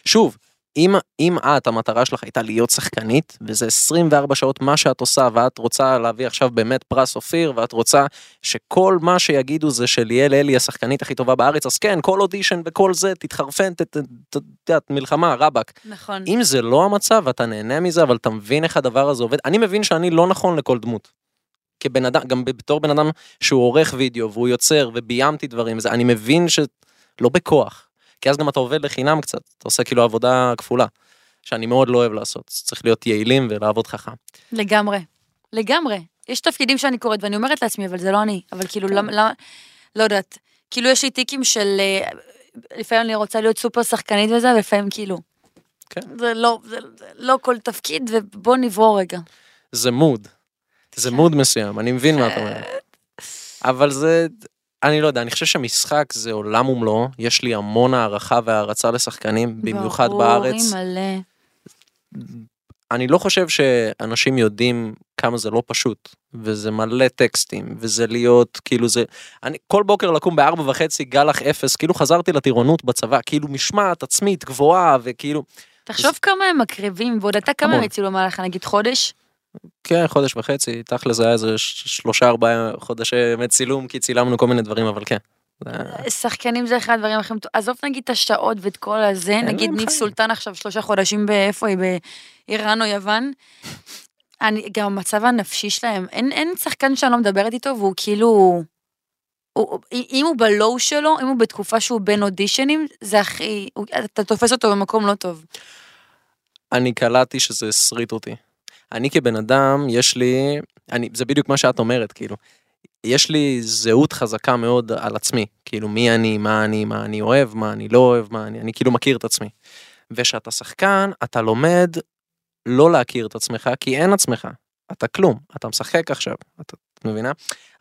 שוב, אם, אם את, המטרה שלך הייתה להיות שחקנית, וזה 24 שעות מה שאת עושה, ואת רוצה להביא עכשיו באמת פרס אופיר, ואת רוצה שכל מה שיגידו זה שליאל אלי השחקנית הכי טובה בארץ, אז כן, כל אודישן וכל זה, תתחרפן, ת- ת- ת- את יודעת, מלחמה, רבאק.
נכון,
אם זה לא המצב, ואתה נהנה מזה, אבל אתה מבין איך הדבר הזה עובד, אני מבין שאני לא נכון לכל דמות. כבן אדם, גם בתור בן אדם שהוא עורך וידאו והוא יוצר וביימתי דברים, זה, אני מבין שלא בכוח. כי אז גם אתה עובד לחינם קצת, אתה עושה כאילו עבודה כפולה, שאני מאוד לא אוהב לעשות, אז צריך להיות יעילים ולעבוד חכם.
לגמרי, לגמרי. יש תפקידים שאני קוראת ואני אומרת לעצמי, אבל זה לא אני, אבל כאילו,
כן.
למה, למה, לא יודעת, כאילו יש לי טיקים של, אה, לפעמים אני רוצה להיות סופר שחקנית וזה, ולפעמים כאילו.
כן.
זה לא, זה, זה לא כל תפקיד, ובוא נברור רגע.
זה מוד, זה מוד מסוים, אני מבין מה אתה אומר. אבל זה, אני לא יודע, אני חושב שמשחק זה עולם ומלואו, יש לי המון הערכה והערצה לשחקנים, במיוחד בארץ.
ברור, מלא.
אני לא חושב שאנשים יודעים כמה זה לא פשוט וזה מלא טקסטים וזה להיות כאילו זה אני כל בוקר לקום בארבע וחצי גלח אפס כאילו חזרתי לטירונות בצבא כאילו משמעת עצמית גבוהה וכאילו
תחשוב כמה הם מקריבים, ועוד אתה כמה הם
המון.
הצילו במהלך, נגיד חודש?
כן חודש וחצי תכל'ס זה היה איזה ש- שלושה ארבעה חודשי באמת צילום כי צילמנו כל מיני דברים אבל כן. זה-
שחקנים זה אחד הדברים הכי... מטו- עזוב נגיד את השעות ואת כל הזה,
להם
נגיד ניב
חיים.
סולטן עכשיו שלושה חודשים באיפה היא, באיראן או יוון. אני, גם המצב הנפשי שלהם, אין, אין שחקן שאני לא מדברת איתו והוא כאילו... הוא, הוא- אם הוא בלואו שלו, אם הוא בתקופה שהוא בין אודישנים, זה הכי... הוא- אתה תופס אותו במקום לא טוב.
אני קלטתי שזה הסריט אותי. אני כבן אדם, יש לי, אני, זה בדיוק מה שאת אומרת, כאילו. יש לי זהות חזקה מאוד על עצמי, כאילו מי אני, מה אני, מה אני אוהב, מה אני לא אוהב, מה אני, אני כאילו מכיר את עצמי. וכשאתה שחקן, אתה לומד לא להכיר את עצמך, כי אין עצמך. אתה כלום, אתה משחק עכשיו, אתה, את מבינה?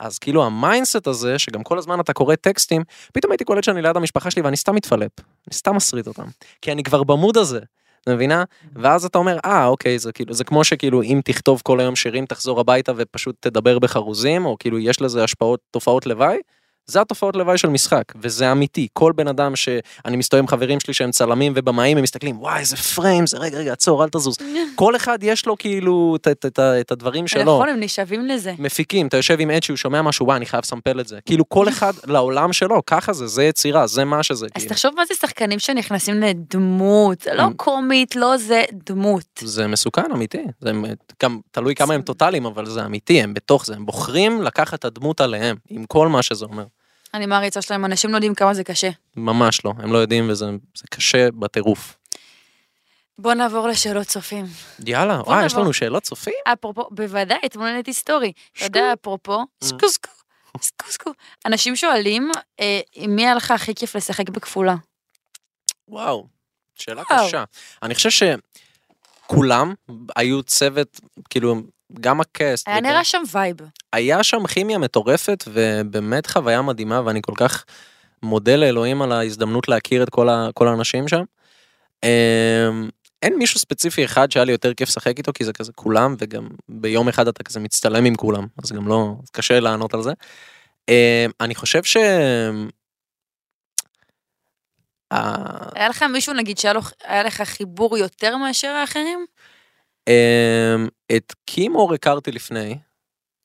אז כאילו המיינדסט הזה, שגם כל הזמן אתה קורא טקסטים, פתאום הייתי קולט שאני ליד המשפחה שלי ואני סתם מתפלפ, אני סתם מסריט אותם, כי אני כבר במוד הזה, את מבינה? ואז אתה אומר, אה, אוקיי, זה כאילו, זה כמו שכאילו אם תכתוב כל היום שירים, תחזור הביתה ופשוט תדבר בחרוזים, או כאילו יש לזה השפעות, תופעות לוואי. זה התופעות לוואי של משחק, וזה אמיתי. כל בן אדם שאני מסתובב עם חברים שלי שהם צלמים ובמאים, הם מסתכלים, וואי, איזה פריים, זה רגע, רגע, עצור, אל תזוז. כל אחד יש לו כאילו את- את- את ה- את הדברים שלו.
נכון, הם נשאבים לזה.
מפיקים, אתה יושב עם אצ'י, הוא שומע משהו, וואי, אני חייב לסמפל את זה. כאילו כל אחד לעולם שלו, ככה זה, זה יצירה, זה מה שזה.
אז
כאילו.
תחשוב מה זה שחקנים שנכנסים לדמות, לא
הם-
קומית, לא זה, דמות.
זה מסוכן, אמיתי. זה גם תלוי כמה הם טוטאליים, אבל זה אמיתי, הם בתוך זה, הם בוחרים לקחת את הדמות עליהם, עם כל מה שזה אומר.
אני מעריצה שלהם, אנשים לא יודעים כמה זה קשה.
ממש לא, הם לא יודעים, וזה זה קשה בטירוף.
בוא נעבור לשאלות צופים.
יאללה,
בוא
וואי, יש
נעבור.
לנו שאלות צופים?
אפרופו, בוודאי, אתמול העליתי סטורי. אתה יודע,
שקו.
אפרופו,
אה.
סקוסקו, סקוסקו. אנשים שואלים, אה, עם מי היה לך הכי כיף לשחק בכפולה?
וואו, שאלה
וואו.
קשה. אני חושב שכולם היו צוות, כאילו, גם הקאסט.
היה
וגם-
נראה שם וייב.
היה שם כימיה מטורפת ובאמת חוויה מדהימה ואני כל כך מודה לאלוהים על ההזדמנות להכיר את כל, ה, כל האנשים שם. אמ, אין מישהו ספציפי אחד שהיה לי יותר כיף לשחק איתו כי זה כזה כולם וגם ביום אחד אתה כזה מצטלם עם כולם אז גם לא אז קשה לענות על זה. אמ, אני חושב ש... ה-
היה לך מישהו, נגיד, שהיה לו- היה לך חיבור יותר מאשר האחרים?
אמ, את קימור הכרתי לפני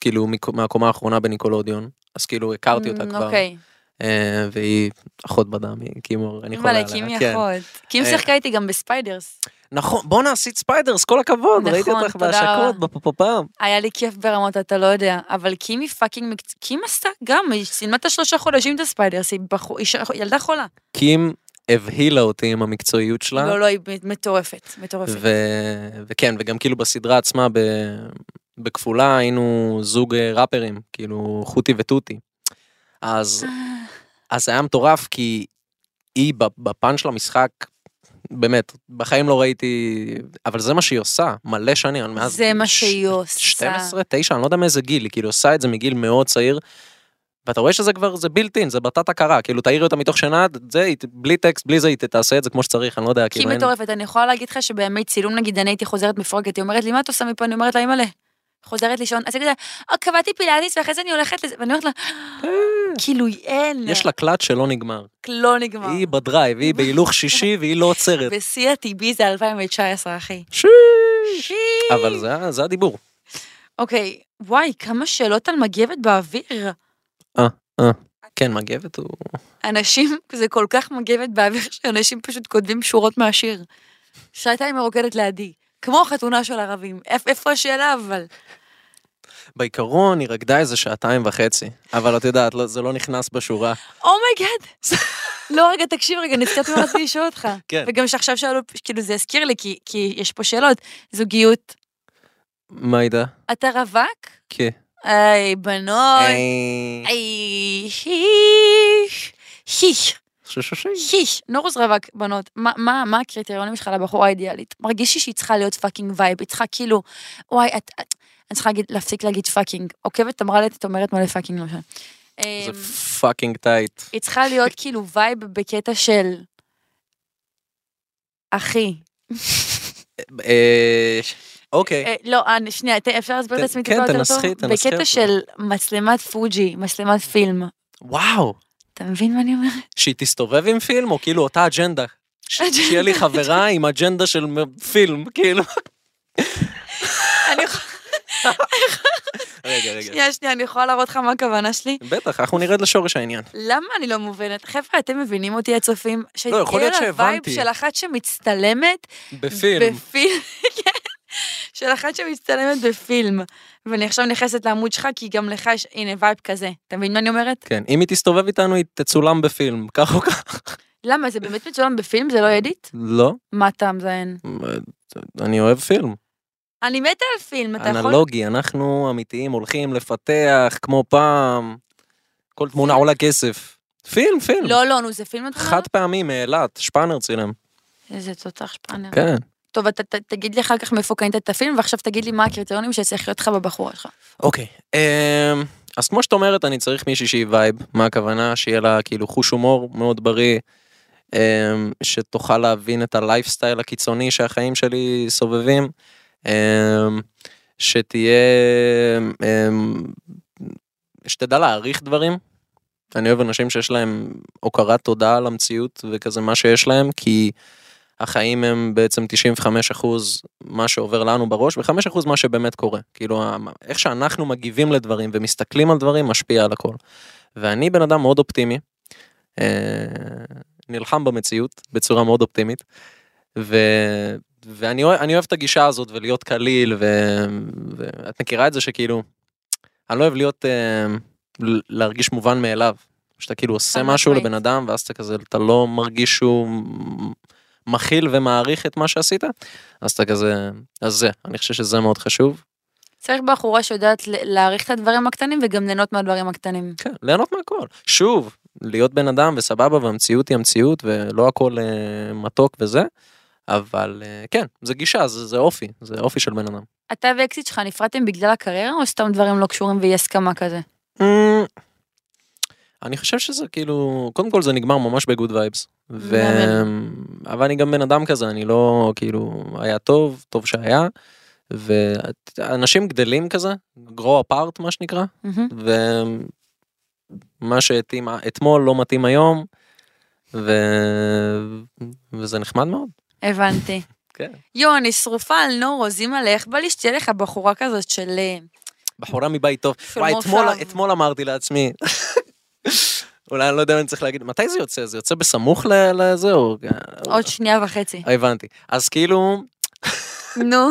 כאילו מקו- מהקומה האחרונה בניקולודיון אז כאילו הכרתי אותה
אמ,
כבר.
אוקיי.
אה, והיא אחות בדם, היא קימור, אני חולה
אימא'לה,
עליה.
קים
כן.
יכול. קים
אה.
שיחקה איתי גם בספיידרס.
נכון, בואנה, עשית ספיידרס, כל הכבוד,
נכון,
ראיתי אותך
תודה
בהשקות, בפופופם.
היה לי כיף ברמות, אתה לא יודע, אבל קים היא פאקינג מקצ... קים עשתה גם, היא סיימה את השלושה חודשים את הספיידרס, היא בחור... אישה- ילדה חולה.
קים הבהילה אותי עם המקצועיות שלה,
לא, לא, היא מטורפת, מטורפת.
ו- וכן, וגם כאילו בסדרה עצמה, ב- בכפולה היינו זוג אה, ראפרים, כאילו חותי וטותי.
אה.
אז אז זה היה מטורף כי היא בפ- בפן של המשחק באמת, בחיים לא ראיתי, אבל זה מה שהיא עושה, מלא שנים, אני מאז...
זה מה
ש-
שהיא עושה.
12, 9, אני לא יודע מאיזה גיל, היא כאילו עושה את זה מגיל מאוד צעיר. ואתה רואה שזה כבר, זה בילט אין, זה בטטה קרה, כאילו תעירי אותה מתוך שינה, זה, היא ת- בלי טקסט, בלי זה, היא ת- תעשה את זה כמו שצריך, אני לא יודע,
כי
כאילו, אין-
מטורפת, אני יכולה להגיד לך שבימי צילום נגיד אני הייתי חוזרת מפרקת, היא אומרת לי מה את עושה מפה, אני אומרת לה אימא'לה. חוזרת לישון, אז היא כזה, "אה, קבעתי פילאטיס ואחרי זה אני הולכת לזה, ואני אומרת לה, כאילו אין,
אה. יש לה קלט שלא נגמר.
לא נגמר.
היא בדרייב, היא בהילוך שישי והיא לא עוצרת.
בשיא הטבעי זה 2019 אחי.
שי. אבל זה, ה- זה הדיבור.
אוקיי, וואי, כמה שאלות על מגבת באוויר.
כן, מגבת הוא...
אנשים, זה כל כך מגבת באוויר, שאנשים פשוט כותבים שורות מהשיר. שעתיים מרוקדת לידי, כמו חתונה של ערבים. איפ- איפה השאלה אבל?
בעיקרון היא רקדה איזה שעתיים וחצי, אבל את יודעת, לא- זה לא נכנס בשורה.
אומייגאד. לא, רגע, תקשיב רגע, נזכרתי מה רציתי לשאול אותך.
כן.
וגם שעכשיו שאלו, כאילו זה הזכיר לי, כי- כי יש פה שאלות. זוגיות,
מה ידע?
אתה רווק?
כן.
היי, בנות. היי, שיש. שיש.
שושושי.
שיש. נורוס רווק, בנות. מה- מה מה הקריטריונים שלך לבחורה האידיאלית? מרגיש לי שהיא צריכה להיות פאקינג וייב, היא צריכה כאילו, וואי, את... את- אני צריכה להגיד- להפסיק להגיד פאקינג. עוקבת אמרה לי, את אומרת מלא פאקינג, לא משנה.
זה
אמ,
פאקינג טייט.
היא צריכה להיות כאילו וייב בקטע של... אחי.
אה, אוקיי.
אה, לא, אני- שנייה, ת- אפשר להסביר את
ת-
עצמי
כן,
טיפה יותר
תנסחי,
טוב?
תנסחי
בקטע
אותו.
של מצלמת פוג'י, מצלמת פילם.
וואו.
אתה מבין מה אני אומרת?
שהיא תסתובב עם פילם, או כאילו אותה אג'נדה. ש- שיהיה לי חברה עם אג'נדה של מ- פילם, כאילו.
אני יכולה-
רגע, רגע.
שנייה, שנייה, אני יכולה להראות לך מה הכוונה שלי?
בטח, אנחנו נרד לשורש העניין.
למה אני לא מובנת? חבר'ה, אתם מבינים אותי, הצופים?
לא, יכול להיות
שתהיה לה וייב
שהבנתי.
של אחת שמצטלמת
בפילם.
בפילם, כן. של אחת שמצטלמת בפילם. ואני עכשיו נכנסת לעמוד שלך, כי גם לך יש, הנה, וייב כזה. אתה מבין מה אני אומרת?
כן, אם היא תסתובב איתנו, היא תצולם בפילם, כך או כך.
למה, זה באמת מצולם בפילם? זה לא אדיט?
לא,
מה אתה מזיין?
אני אוהב פילם.
אני מתה על פילם, אתה יכול...
אנלוגי, אנחנו אמיתיים, הולכים לפתח כמו פעם. כל תמונה עולה כסף. פילם, פילם.
לא, לא, נו, זה פילם אתה אומר?
חד פעמי מאילת, שפאנר צילם.
איזה תותח שפאנר.
כן.
טוב, אתה ת- תגיד לי אחר כך מאיפה קנית את הפילם, ועכשיו תגיד לי מה הקריטריונים שצריך להיות לך בבחורה שלך.
אוקיי. אמ, אז כמו שאת אומרת, אני צריך מישהי שהיא וייב. מה הכוונה? שיהיה לה כאילו חוש הומור מאוד בריא, אמ, שתוכל להבין את הלייפסטייל הקיצוני שהחיים שלי סובבים, אמ, שתהיה... אמ, שתדע להעריך דברים. אני אוהב אנשים שיש להם הוקרת תודה על המציאות וכזה מה שיש להם, כי החיים הם בעצם 95% מה שעובר לנו בראש ו-5% מה שבאמת קורה. כאילו, ה- איך שאנחנו מגיבים לדברים ומסתכלים על דברים משפיע על הכל. ואני בן אדם מאוד אופטימי, אה, נלחם במציאות בצורה מאוד אופטימית, ו... ואני אוהב, אני אוהב את הגישה הזאת ולהיות קליל, ו... ואת מכירה את זה שכאילו, אני לא אוהב להיות, אה, ל- להרגיש מובן מאליו, שאתה כאילו עושה
חד
משהו
משמעית.
לבן אדם ואז אתה כזה, אתה לא מרגיש שהוא מ- מכיל ומעריך את מה שעשית, אז אתה כזה, אז זה, אני חושב שזה מאוד חשוב.
צריך בחורה שיודעת ל- להעריך את הדברים הקטנים וגם ליהנות מהדברים הקטנים.
כן, ליהנות מהכל. שוב, להיות בן אדם וסבבה והמציאות היא המציאות ולא הכל אה, מתוק וזה, אבל אה, כן, זה גישה, זה, זה אופי, זה אופי של בן אדם.
אתה ואקסיט שלך נפרדתם בגלל הקריירה, או סתם דברים לא קשורים ואי הסכמה כזה?
אמ, אני חושב שזה כאילו, קודם כל זה נגמר ממש בגוד וייבס. ו... אבל אני גם בן אדם כזה, אני לא כאילו, היה טוב, טוב שהיה. ואנשים גדלים כזה, grow apart מה שנקרא,
מהמם.
ומה שהתאים אתמול לא מתאים היום, ו... וזה נחמד מאוד.
הבנתי.
כן.
יואו, אני שרופה על נורוז, אימא'לה, איך בא לי שתהיה לך בחורה כזאת של... אה,
בחורה מבית טוב. וואי,
מושב.
אתמול, אתמול אמרתי לעצמי, אולי אני לא יודע אם אני צריך להגיד, מתי זה יוצא? זה יוצא בסמוך ל- לזה או... אה,
עוד שנייה וחצי.
הבנתי. אז כאילו,
נו.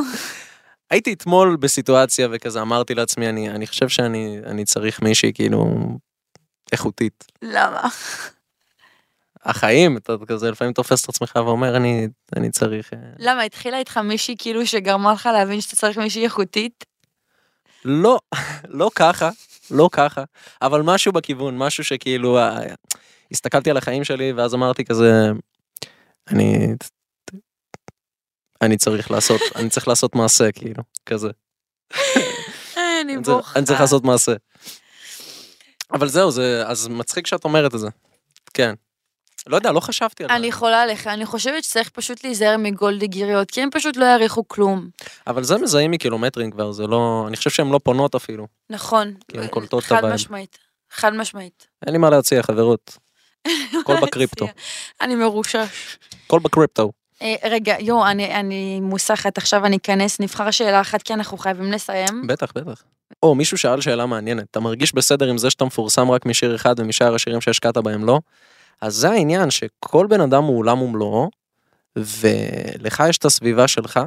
הייתי אתמול בסיטואציה וכזה אמרתי לעצמי, אני, אני חושב שאני אני צריך מישהי כאילו איכותית.
למה?
החיים, אתה כזה לפעמים תופס את עצמך ואומר, אני, אני צריך... אה,
למה, התחילה איתך מישהי כאילו שגרמה לך להבין שאתה צריך מישהי איכותית?
לא, לא ככה, לא ככה, אבל משהו בכיוון, משהו שכאילו, אה, הסתכלתי על החיים שלי ואז אמרתי כזה, אני, אני צריך לעשות, אני צריך לעשות מעשה, כאילו, כזה.
אה, אני
אני צריך-
בוכה.
אני צריך לעשות מעשה. אבל זהו, זה, אז מצחיק שאת אומרת את זה. כן. לא יודע, לא חשבתי על זה.
אני חולה עליך, אני חושבת שצריך פשוט להיזהר מגולדיגיריות, כי הם פשוט לא יעריכו כלום.
אבל זה מזהים מקילומטרים כבר, זה לא... אני חושב שהן לא פונות אפילו.
נכון.
כי הן קולטות את
חד
הבעיה.
משמעית. חד משמעית.
אין לי מה להציע, חברות. הכל בקריפטו.
אני מרושש.
הכל בקריפטו.
אה, רגע, יואו, אני- אני מוסחת, עכשיו אני אכנס, נבחר שאלה אחת, כי אנחנו חייבים לסיים.
בטח, בטח. או, מישהו שאל שאלה מעניינת. אתה מרגיש בסדר עם זה שאתה מפורסם רק משיר אחד ומשאר השירים שהשקעת בהם לא? אז זה העניין, שכל בן אדם הוא עולם ומלואו, ולך יש את הסביבה שלך,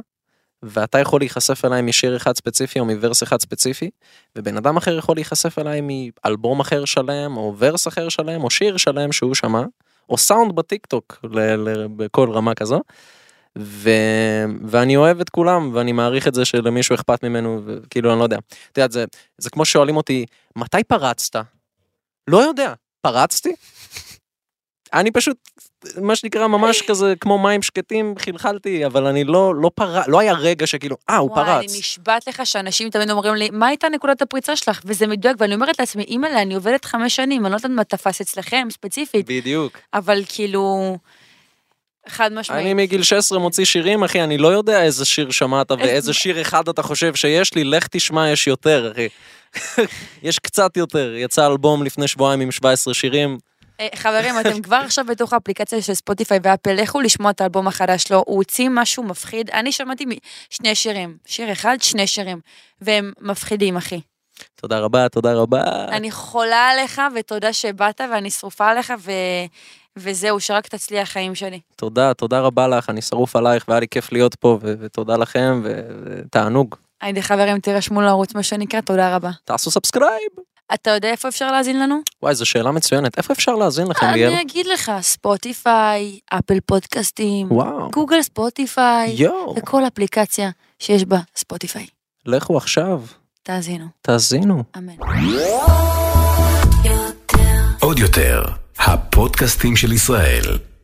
ואתה יכול להיחשף אליי משיר אחד ספציפי או מוורס אחד ספציפי, ובן אדם אחר יכול להיחשף אליי מאלבום אחר שלם, או ורס אחר שלם, או שיר שלם שהוא שמע, או סאונד בטיקטוק, ל- ל- בכל רמה כזו. ו... ואני אוהב את כולם ואני מעריך את זה שלמישהו אכפת ממנו וכאילו אני לא יודע. את יודעת זה, זה כמו ששואלים אותי מתי פרצת? לא יודע, פרצתי? אני פשוט מה שנקרא ממש כזה כמו מים שקטים חלחלתי אבל אני לא לא פרץ לא היה רגע שכאילו אה הוא
וואי, אני
פרץ.
נשבעת לך שאנשים תמיד אומרים לי, מה הייתה נקודת הפריצה שלך? וזה מדויק, ואני אומרת לעצמי, אימא'לה, אני עובדת חמש שנים, אני לא יודעת מה תפס אצלכם ספציפית,
בדיוק.
אבל כאילו, חד
אני
משמעית.
מגיל 16 מוציא שירים אחי אני לא יודע איזה שיר שמעת
איזה-
ואיזה שיר אחד אתה חושב שיש לי לך תשמע יש יותר אחי. יש קצת יותר יצא אלבום לפני שבועיים עם 17 שירים
אה, חברים, אתם כבר עכשיו בתוך האפליקציה של ספוטיפיי ואפל, לכו לשמוע את האלבום החדש שלו, הוא הוציא משהו מפחיד, אני שמעתי מ- שני שירים, שיר אחד, שני שירים, והם מפחידים, אחי.
תודה רבה, תודה רבה.
אני חולה עליך, ותודה שבאת, ואני שרופה עליך, ו... וזהו, שרק תצליח חיים שלי.
תודה, תודה רבה לך, אני שרוף עלייך, והיה לי כיף להיות פה, ו- ותודה לכם, ו- ותענוג.
היידי חברים, תירשמו לערוץ, מה שנקרא, תודה רבה.
תעשו סאבסקרייב.
אתה יודע איפה אפשר להאזין לנו?
וואי, זו שאלה מצוינת, איפה אפשר להאזין לכם, ליאל?
אני אגיד לך, ספוטיפיי, אפל פודקאסטים,
וואו,
גוגל ספוטיפיי,
יואו,
וכל אפליקציה שיש בה ספוטיפיי.
לכו עכשיו,
תאזינו,
תאזינו.
אמן.
עוד יותר, הפודקאסטים של ישראל.